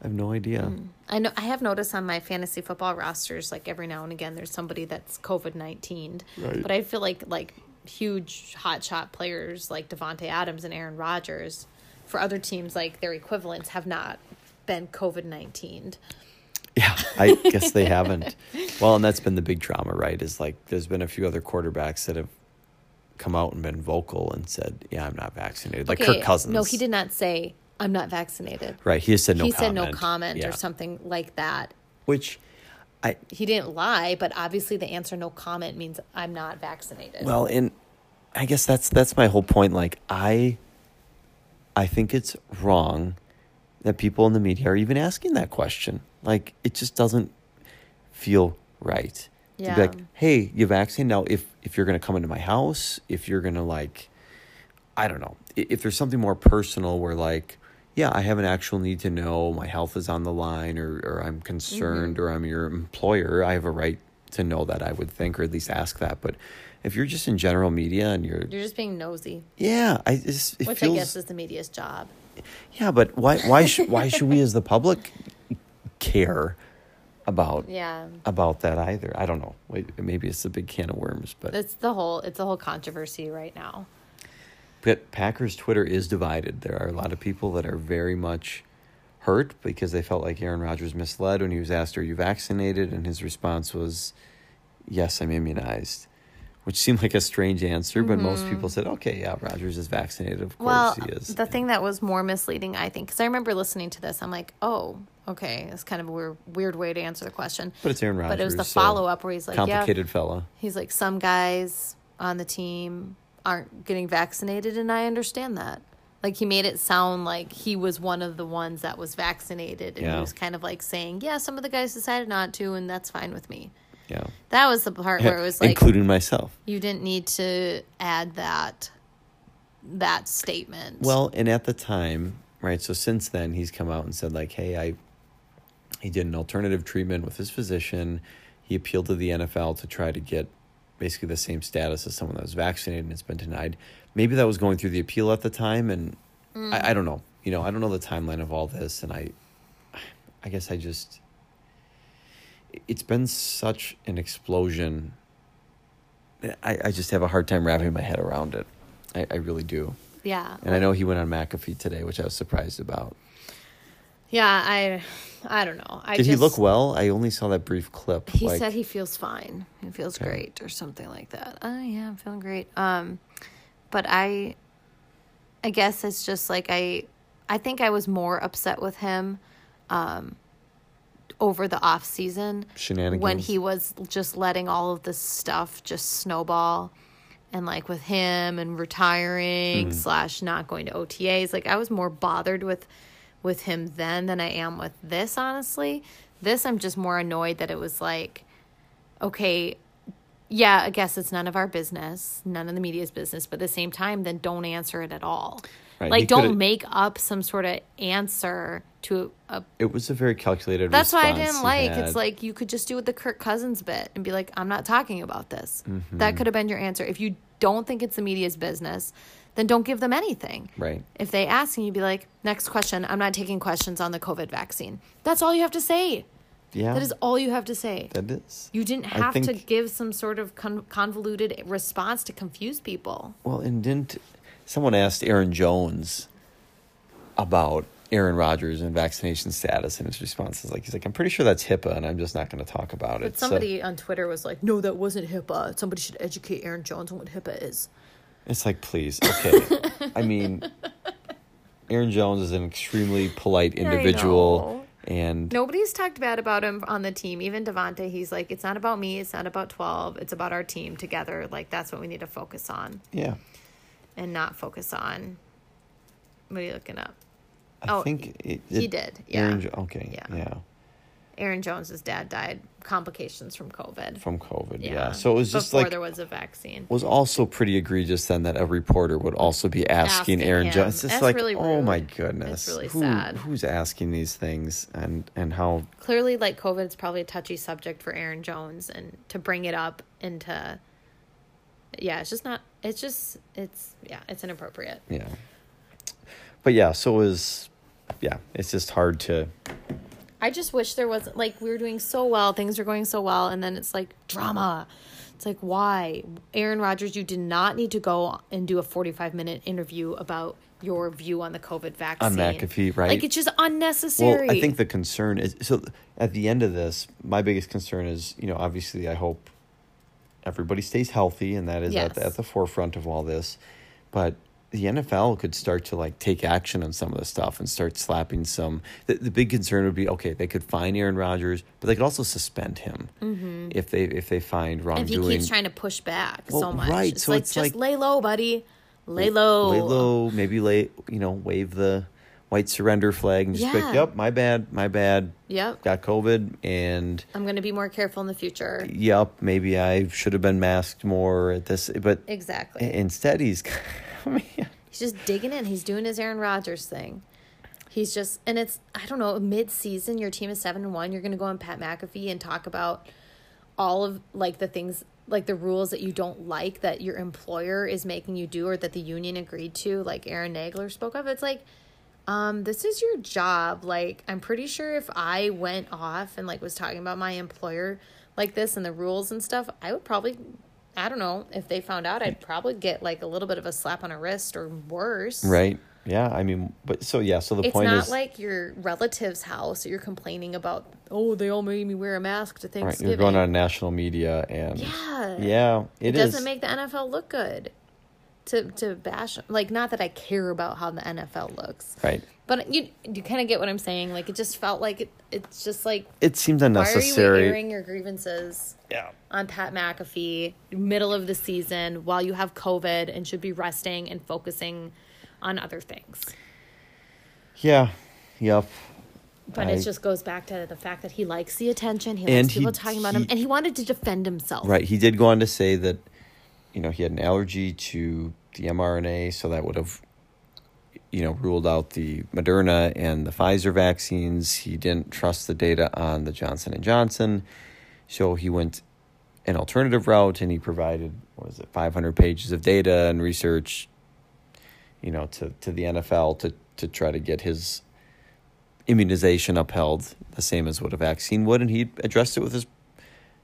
D: I have no idea.
C: I know I have noticed on my fantasy football rosters, like every now and again, there's somebody that's COVID nineteen.
D: Right.
C: But I feel like like huge hotshot players like Devonte Adams and Aaron Rodgers, for other teams like their equivalents have not been COVID nineteen.
D: Yeah, I guess they haven't. Well, and that's been the big drama, right? Is like there's been a few other quarterbacks that have come out and been vocal and said, "Yeah, I'm not vaccinated." Like Kirk Cousins.
C: No, he did not say I'm not vaccinated.
D: Right, he just said no.
C: he
D: comment.
C: said no comment
D: Yeah.
C: or something like that.
D: Which, I
C: He didn't lie, but obviously the answer no comment means I'm not vaccinated.
D: well, and I guess that's that's my whole point. Like I, I think it's wrong that people in the media are even asking that question. Like it just doesn't feel right. To be
C: Yeah.
D: like, hey, you vaccinated now. If if you're gonna come into my house, if you're gonna like, I don't know, I- if there's something more personal where like, yeah, I have an actual need to know my health is on the line, or or I'm concerned,
C: Mm-hmm.
D: or I'm your employer, I have a right to know that. I would think, or at least ask that. But if you're just in general media and you're,
C: You're just being nosy,
D: yeah, I just it
C: which
D: feels
C: I guess is the media's job.
D: yeah, but why why should why should we as the public care about
C: Yeah.
D: about that either? I don't know. Wait, Maybe it's a big can of worms, but
C: That's the whole it's the whole controversy right now.
D: but Packers Twitter is divided. There are a lot of people that are very much hurt because they felt like Aaron Rodgers misled when he was asked, "Are you vaccinated?" and his response was, "Yes, I'm immunized." Which seemed like a strange answer, but most people said, "Okay, yeah, Rodgers is vaccinated. Of course
C: Mm-hmm. Well,
D: he is."
C: the thing that was more misleading, I think, because I remember listening to this, I'm like, oh, okay, it's kind of a weird, weird way to answer the question.
D: but it's Aaron Rodgers.
C: But it was the
D: so
C: follow up where he's like,
D: complicated
C: yeah,
D: fella.
C: he's like, some guys on the team aren't getting vaccinated, and I understand that. Like he made it sound like he was one of the ones that was vaccinated, and
D: Yeah.
C: he was kind of like saying, yeah, some of the guys decided not to, and that's fine with me.
D: Yeah.
C: That was the part where it was like,
D: including myself.
C: You didn't need to add that that statement.
D: Well, and at the time, right? So since then, he's come out and said like, "Hey, I," he did an alternative treatment with his physician. He appealed to the NFL to try to get basically the same status as someone that was vaccinated and it's been denied. Maybe that was going through the appeal at the time, and I, I don't know. You know, I don't know the timeline of all this, and I, I guess I just. It's been such an explosion. I, I just have a hard time wrapping my head around it. I, I really do.
C: yeah.
D: And I know he went on McAfee today, which I was surprised about.
C: Yeah, I I don't know. I
D: Did
C: just,
D: he look well? I only saw that brief clip.
C: He
D: like-
C: said he feels fine. He feels great or something like that. Oh yeah, I'm feeling great. Um but I I guess it's just like I I think I was more upset with him um over the off season when
D: Shenanigans.
C: he was just letting all of this stuff just snowball and like with him and retiring slash not going to OTAs like I was more bothered with with him then than I am with this honestly this I'm just more annoyed that it was like okay yeah, I guess it's none of our business, none of the media's business, but at the same time, then don't answer it at all.
D: Right, he
C: Like, don't
D: could've-
C: make up some sort of answer to a.
D: It was a very calculated.
C: That's why I
D: response
C: didn't
D: he
C: like. It's
D: had.
C: like you could just do with the Kirk Cousins bit and be like, "I'm not talking about this."
D: Mm-hmm.
C: That could have been your answer. If you don't think it's the media's business, then don't give them anything.
D: right.
C: If they ask and you'd be like, "Next question. I'm not taking questions on the COVID vaccine." That's all you have to say.
D: Yeah,
C: That is all you have to say.
D: That is.
C: You didn't
D: I
C: have to
D: think-
C: give some sort of con- convoluted response to confuse people.
D: Well, and didn't someone asked Aaron Jones about Aaron Rodgers and vaccination status, and his response is like, he's like, I'm pretty sure that's HIPAA, and I'm just not going to talk about it.
C: But somebody on Twitter was like, "No, that wasn't HIPAA. Somebody should educate Aaron Jones on what HIPAA is."
D: so it's like, please, okay. I mean, Aaron Jones is an extremely polite individual,
C: know.
D: and
C: Nobody's talked bad about him on the team. Even Devonte, he's like, "It's not about me. It's not about twelve. It's about our team together. Like that's what we need to focus on
D: yeah,
C: and not focus on." What are you looking up?
D: I
C: Oh,
D: think it,
C: he
D: it-
C: did,
D: Aaron,
C: yeah.
D: Jo- okay,
C: Yeah.
D: yeah.
C: Aaron Jones's dad died complications from COVID.
D: from COVID, yeah. So it was just
C: before
D: like
C: there was a vaccine.
D: was also pretty egregious then that a reporter would also be asking,
C: Asking
D: Aaron
C: him.
D: Jones. It's just
C: That's
D: like,
C: really
D: oh
C: rude.
D: my goodness,
C: It's really
D: who,
C: sad.
D: who's asking these things and and how?
C: clearly like covid is probably a touchy subject for aaron jones and to bring it up and to yeah it's just not it's just it's yeah it's inappropriate
D: Yeah, but yeah, so it was yeah. It's just hard to
C: i just wish there wasn't like we were doing so well things were going so well and then it's like drama it's like why aaron Rodgers you did not need to go and do a 45 minute interview about your view on the covid vaccine
D: McAfee, right?
C: like it's just unnecessary
D: Well, I think the concern is so at the end of this, my biggest concern is, you know, obviously I hope everybody stays healthy and that is at, the,
C: Yes.
D: at the forefront of all this. But the NFL could start to like take action on some of this stuff and start slapping some. The, the big concern would be okay, they could fine Aaron Rodgers, but they could also suspend him if they if they find
C: Mm-hmm. if he
D: wrongdoing.
C: keeps trying to push back so
D: Well,
C: much
D: right,
C: it's
D: so
C: like
D: it's
C: just
D: like-
C: lay low buddy lay low
D: Lay low, maybe lay, you know, wave the white surrender flag and just be like,
C: Yeah.
D: yep, my bad, my bad.
C: Yep.
D: Got COVID and
C: I'm going to be more careful in the future.
D: yep, maybe I should have been masked more at this, but
C: Exactly.
D: instead he's, man,
C: He's just digging in. He's doing his Aaron Rodgers thing. He's just, and it's, I don't know, mid season, your team is 7 and 1. You're going to go on Pat McAfee and talk about all of like the things, like the rules that you don't like that your employer is making you do or that the union agreed to, like Aaron Nagler spoke of. It's like, um, this is your job. Like, I'm pretty sure if I went off and like was talking about my employer like this and the rules and stuff, I would probably, I don't know, if they found out, I'd probably get like a little bit of a slap on a wrist or worse.
D: right? Yeah, I mean, but so yeah, so the
C: It's
D: point
C: not
D: is,
C: like your relative's house that you're complaining about. Oh, they all made me wear a mask to
D: right?
C: Thanksgiving.
D: You're going on national media, and
C: Yeah.
D: yeah,
C: It
D: it is.
C: doesn't make the NFL look good. To to bash like not that I care about how the NFL looks,
D: right.
C: but you you kind of get what I'm saying. Like it just felt like it, it's just like
D: It seems
C: why are you
D: unnecessary.
C: airing your grievances
D: yeah,
C: on Pat McAfee middle of the season while you have COVID and should be resting and focusing on other things?
D: yeah, yep.
C: But
D: I-
C: it just goes back to the fact that he likes the attention. He
D: And
C: likes people
D: he-
C: talking about him,
D: he-
C: and he wanted to defend himself.
D: Right. He did go on to say that, you know, he had an allergy to the mRNA, so that would have, you know, ruled out the Moderna and the Pfizer vaccines. He didn't trust the data on the Johnson and Johnson, so he went an alternative route, and he provided what was it, five hundred pages of data and research, you know, to to the NFL to to try to get his immunization upheld the same as what a vaccine would and he addressed it with his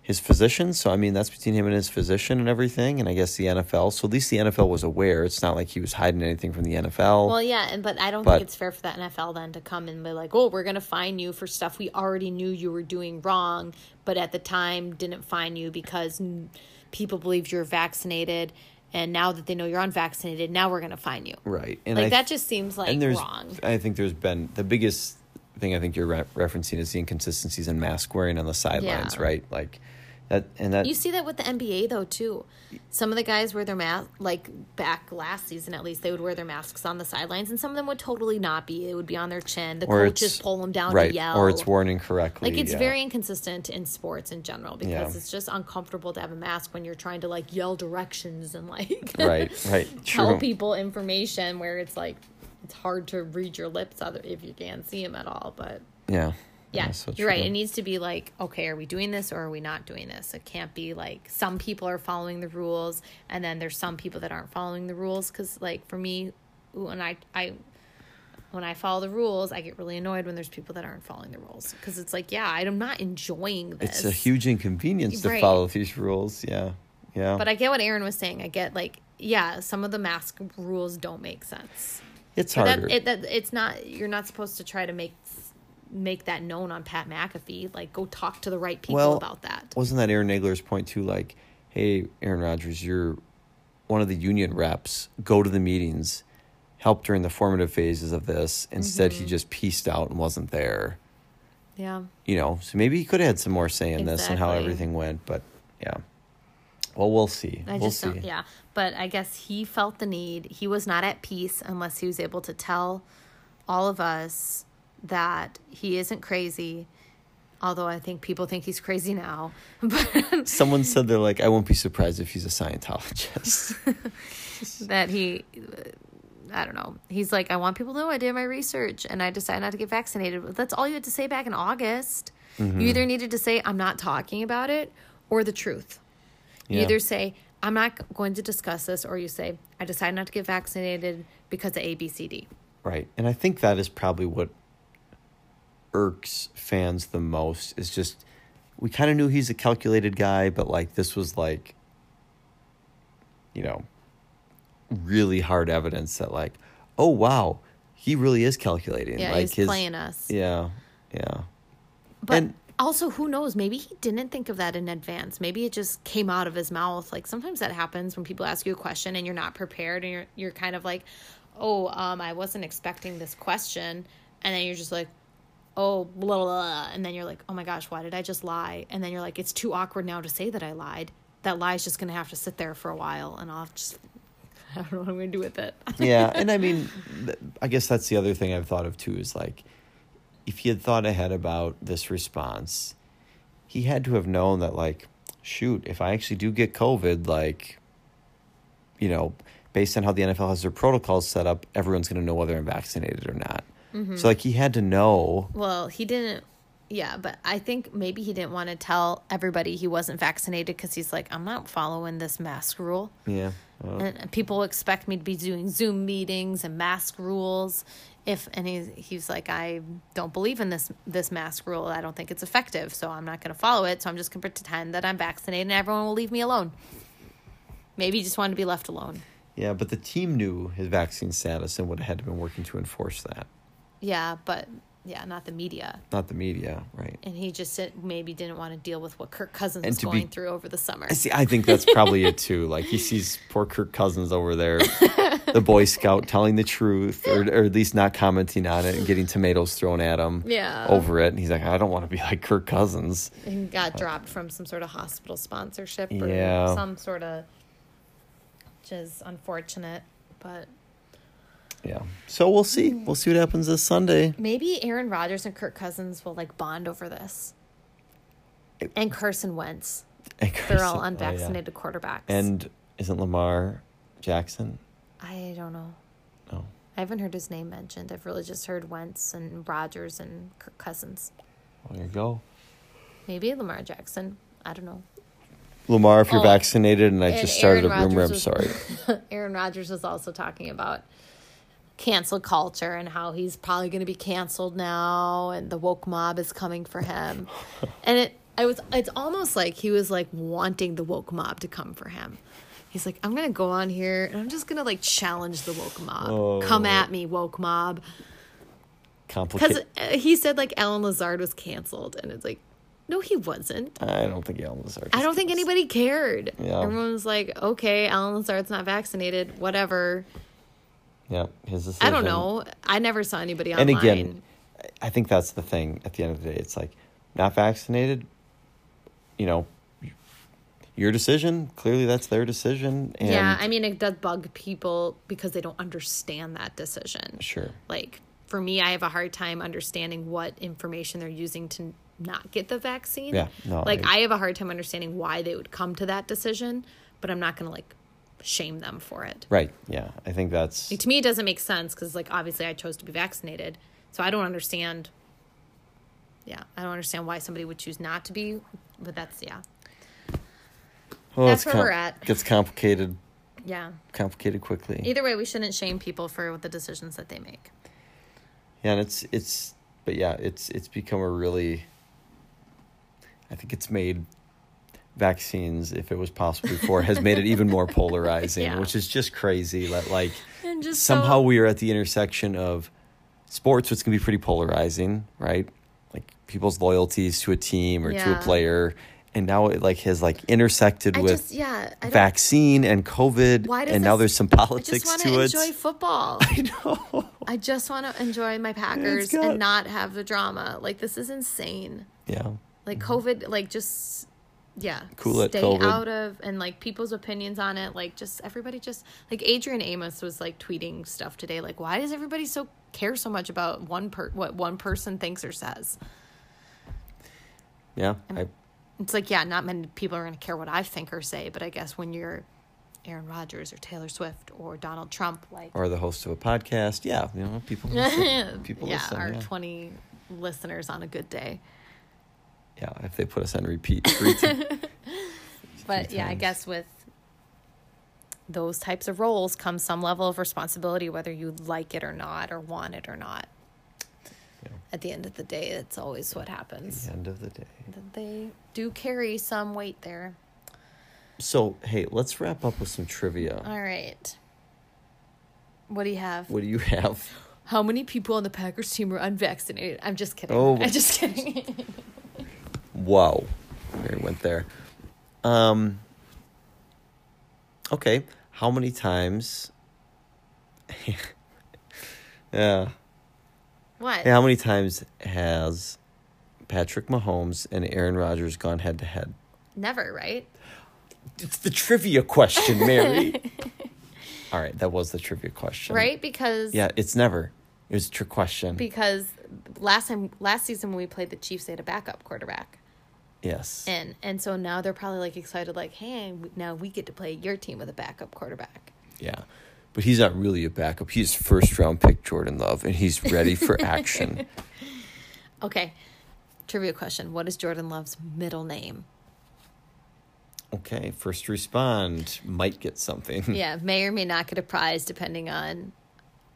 D: his physician. So I mean, that's between him and his physician and everything, and I guess the NFL. So at least the NFL was aware. It's not like he was hiding anything from the NFL.
C: Well, yeah, and but I don't
D: But-
C: think it's fair for the NFL then to come and be like, "Oh, we're going to fine you for stuff we already knew you were doing wrong, but at the time didn't fine you because n- people believed you're vaccinated, and now that they know you're unvaccinated, now we're going to fine you."
D: right, and
C: Like
D: I-
C: that just seems like
D: and there's,
C: wrong.
D: I think there's been the biggest thing. I think you're re- referencing is the inconsistencies in mask wearing on the sidelines,
C: Yeah.
D: right? Like That and that
C: You see that with the NBA though too. Some of the guys wear their mask like back last season at least they would wear their masks on the sidelines, and some of them would totally not be. It would be on their chin. The coaches pull them down
D: right,
C: to yell,
D: or it's worn incorrectly.
C: like it's
D: yeah.
C: very inconsistent in sports in general because
D: Yeah.
C: it's just uncomfortable to have a mask when you're trying to like yell directions and like
D: right, right, true.
C: tell people information where it's like it's hard to read your lips other if you can't see them at all, but.
D: Yeah,
C: Yeah,
D: so
C: you're right.
D: true.
C: It needs to be like, okay, are we doing this or are we not doing this? It can't be like some people are following the rules and then there's some people that aren't following the rules. Because like for me, when I I when I follow the rules, I get really annoyed when there's people that aren't following the rules because it's like, yeah, I'm not enjoying this.
D: It's a huge inconvenience to
C: Right.
D: follow these rules. Yeah, yeah.
C: But I get what Aaron was saying. I get like, yeah, some of the mask rules don't make sense.
D: it's
C: But
D: harder.
C: That, it, that, it's not you're not supposed to try to make make that known on Pat McAfee. Like, go talk to the right people
D: Well,
C: about that.
D: Wasn't that Aaron Nagler's point too? Like, hey, Aaron Rodgers, you're one of the union reps. Go to the meetings, help during the formative phases of this. Instead,
C: Mm-hmm.
D: he just pieced out and wasn't there.
C: Yeah,
D: You know, so maybe he could have had some more say in this and how
C: Exactly.
D: everything went. But yeah, well, we'll see.
C: I
D: we'll
C: just
D: see.
C: don't. Yeah, but I guess he felt the need. He was not at peace unless he was able to tell all of us that he isn't crazy. Although I think people think he's crazy now, but
D: Someone said they're like, I won't be surprised if he's a Scientologist.
C: that he uh, i don't know he's like i want people to know i did my research and i decided not to get vaccinated But that's all you had to say back in august
D: Mm-hmm.
C: you either needed to say i'm not talking about it or the truth you
D: Yeah.
C: either say i'm not going to discuss this or you say i decided not to get vaccinated because of abcd
D: Right. And I think that is probably what irks fans the most is just we kind of knew he's a calculated guy, but like this was like, you know, really hard evidence that like, oh wow, he really is calculating.
C: yeah
D: like
C: he's playing us
D: Yeah. Yeah.
C: but
D: and-
C: also who knows maybe he didn't think of that in advance maybe it just came out of his mouth like sometimes that happens when people ask you a question and you're not prepared and you're you're kind of like oh um i wasn't expecting this question and then you're just like oh blah, blah, blah and then you're like oh my gosh why did i just lie and then you're like it's too awkward now to say that i lied that lie's just gonna have to sit there for a while and i'll just i don't know what i'm gonna do with it
D: yeah, and I mean, th- I guess that's the other thing I've thought of too is like, if he had thought ahead about this response, he had to have known that like, shoot, if I actually do get COVID, like, you know, based on how the NFL has their protocols set up, everyone's going to know whether I'm vaccinated or not. So like, he had to know.
C: Well, he didn't. Yeah, but I think maybe he didn't want to tell everybody he wasn't vaccinated because he's like, I'm not following this mask rule.
D: Yeah. Uh,
C: And people expect me to be doing Zoom meetings and mask rules. If and he he's like, I don't believe in this this mask rule. I don't think it's effective, so I'm not going to follow it. So I'm just going to pretend that I'm vaccinated, and everyone will leave me alone. Maybe he just wanted to be left alone.
D: yeah, but the team knew his vaccine status and would have had to been working to enforce that,
C: Yeah, but yeah, not the media.
D: not the media, right?
C: and he just did, maybe didn't want to deal with what Kirk Cousins
D: And
C: was
D: to be-
C: going through over the summer.
D: See, I think that's probably it too. Like he sees poor Kirk Cousins over there, the Boy Scout telling the truth, or or at least not commenting on it and getting tomatoes thrown at him.
C: Yeah.
D: Over it, and he's like, I don't want to be like Kirk Cousins.
C: And got dropped from some sort of hospital sponsorship or
D: Uh, Yeah.
C: some sort of, which is unfortunate. But
D: Yeah. So we'll see. We'll see what happens this Sunday.
C: maybe Aaron Rodgers and Kirk Cousins will like bond over this, and Carson Wentz. They're all unvaccinated quarterbacks.
D: oh, And isn't Lamar Jackson?
C: I don't know.
D: No.
C: I haven't heard his name mentioned. I've really just heard Wentz and Rodgers and Kirk Cousins.
D: Well, there you go.
C: Maybe Lamar Jackson. I don't know.
D: Lamar, if you're
C: Oh,
D: vaccinated, and I
C: and
D: just started
C: Aaron
D: a rumor.
C: Rodgers
D: I'm
C: was-
D: sorry.
C: Aaron Rodgers was also talking about cancel culture and how he's probably going to be canceled now and the woke mob is coming for him. and it I was it's almost like he was like wanting the woke mob to come for him. He's like, I'm gonna go on here and I'm just gonna like challenge the woke mob. Come at me, woke mob. Because
D: Complicated.
C: he said like Alan Lazard was canceled, and it's like, no, he wasn't.
D: I don't think Alan Lazard.
C: I don't think anybody cared.
D: Yeah.
C: Everyone was like, okay, Alan Lazard's not vaccinated, whatever.
D: Yeah. His
C: I don't
D: decision.
C: know. I never saw anybody online.
D: and again i think that's the thing at the end of the day it's like not vaccinated you know your decision. Clearly, that's their decision. And
C: yeah, I mean, it does bug people because they don't understand that decision.
D: sure.
C: Like, for me, I have a hard time understanding what information they're using to not get the vaccine.
D: Yeah, no,
C: like,
D: I-
C: I have a hard time understanding why they would come to that decision, but I'm not going to, like, shame them for it.
D: Right. Yeah. I think that's
C: Like, to me, it doesn't make sense because, like, obviously I chose to be vaccinated. So I don't understand. Yeah, I don't understand why somebody would choose not to be, but that's, yeah.
D: well,
C: that's
D: it's
C: where we're at.
D: Gets complicated,
C: Yeah.
D: complicated quickly.
C: Either way, we shouldn't shame people for the decisions that they make.
D: Yeah, and it's it's but yeah, it's it's become a really I think it's made vaccines, if it was possible before, has made it even more polarizing,
C: Yeah.
D: which is just crazy. That like
C: And just so-
D: somehow we are at the intersection of sports, which can be pretty polarizing, right? Like people's loyalties to a team or to
C: Yeah.
D: a player. And now it like has like intersected
C: I
D: with
C: just yeah. I don't,
D: vaccine and COVID
C: Why
D: and
C: does
D: now
C: this-
D: there's some
C: I just
D: politics
C: want
D: to
C: to
D: it.
C: enjoy football. I know. I just want to enjoy my Packers
D: got-
C: and not have the drama. Like this is insane.
D: yeah.
C: Like COVID. Like just yeah.
D: Mm-hmm. Cool it,
C: Stay
D: COVID.
C: out of and like people's opinions on it. Like just everybody just like Adrian Amos was like tweeting stuff today. Like why does everybody so care so much about one per what one person thinks or says?
D: Yeah. I,
C: It's like, yeah, not many people are going to care what I think or say, but I guess when you're Aaron Rodgers or Taylor Swift or Donald Trump, like,
D: or the host of a podcast. Yeah, you know, people listen. people
C: yeah,
D: listen.
C: our
D: yeah.
C: 20 listeners on a good day.
D: yeah, if they put us on repeat. three ti-
C: But yeah, I guess with those types of roles comes some level of responsibility, whether you like it or not, or want it or not. At the end of the day, that's always what happens.
D: the end of the day.
C: That They do carry some weight there.
D: So, hey, let's wrap up with some trivia.
C: All right. What do you have?
D: What do you have?
C: How many people on the Packers team are unvaccinated? I'm just kidding.
D: Oh.
C: I'm just kidding.
D: Whoa. Mary went there. Um Okay, how many times Yeah.
C: what?
D: Hey, how many times has Patrick Mahomes and Aaron Rodgers gone head to head?
C: Never, right?
D: It's the trivia question, Mary. All right, that was the trivia question.
C: Right? Because
D: Yeah, it's never. It was a trick question.
C: because last time last season when we played the Chiefs, they had a backup quarterback.
D: yes.
C: And and so now they're probably like excited like, "Hey, now we get to play your team with a backup quarterback."
D: yeah. But he's not really a backup. He's first round pick Jordan Love, and he's ready for action.
C: Okay. Trivia question. What is Jordan Love's middle name?
D: okay, first respond might get something.
C: yeah, may or may not get a prize depending on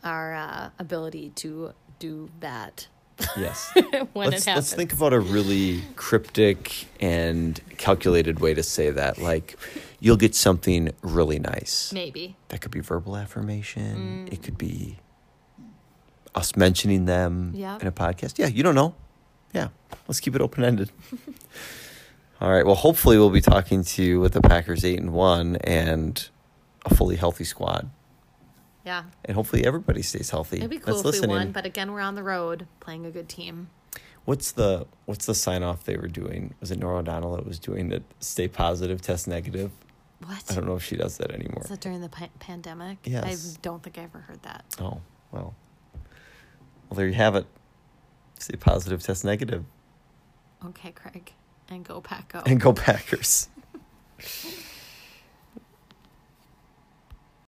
C: our uh, ability to do that
D: Yes.
C: when
D: let's,
C: it happens.
D: let's think about a really cryptic and calculated way to say that. Like, you'll get something really nice.
C: Maybe.
D: That could be verbal affirmation.
C: Mm.
D: It could be us mentioning them
C: Yeah.
D: in a podcast. Yeah, you don't know. Yeah, let's keep it open ended. All right. Well, hopefully, we'll be talking to you with the Packers eight and one and a fully healthy squad,
C: Yeah.
D: and hopefully, everybody stays healthy.
C: It'd be cool if we won, but again, we're on the road playing a good team.
D: What's the what's the sign off they were doing? Was it Nora O'Donnell that was doing the stay positive, test negative?
C: What?
D: I don't know if she does that anymore.
C: Was that during the pa- pandemic?
D: Yes.
C: I don't think I ever heard that.
D: Oh, well. Well, there you have it. Stay positive, test negative,
C: Okay, Craig. And go Paco.
D: and go Packers.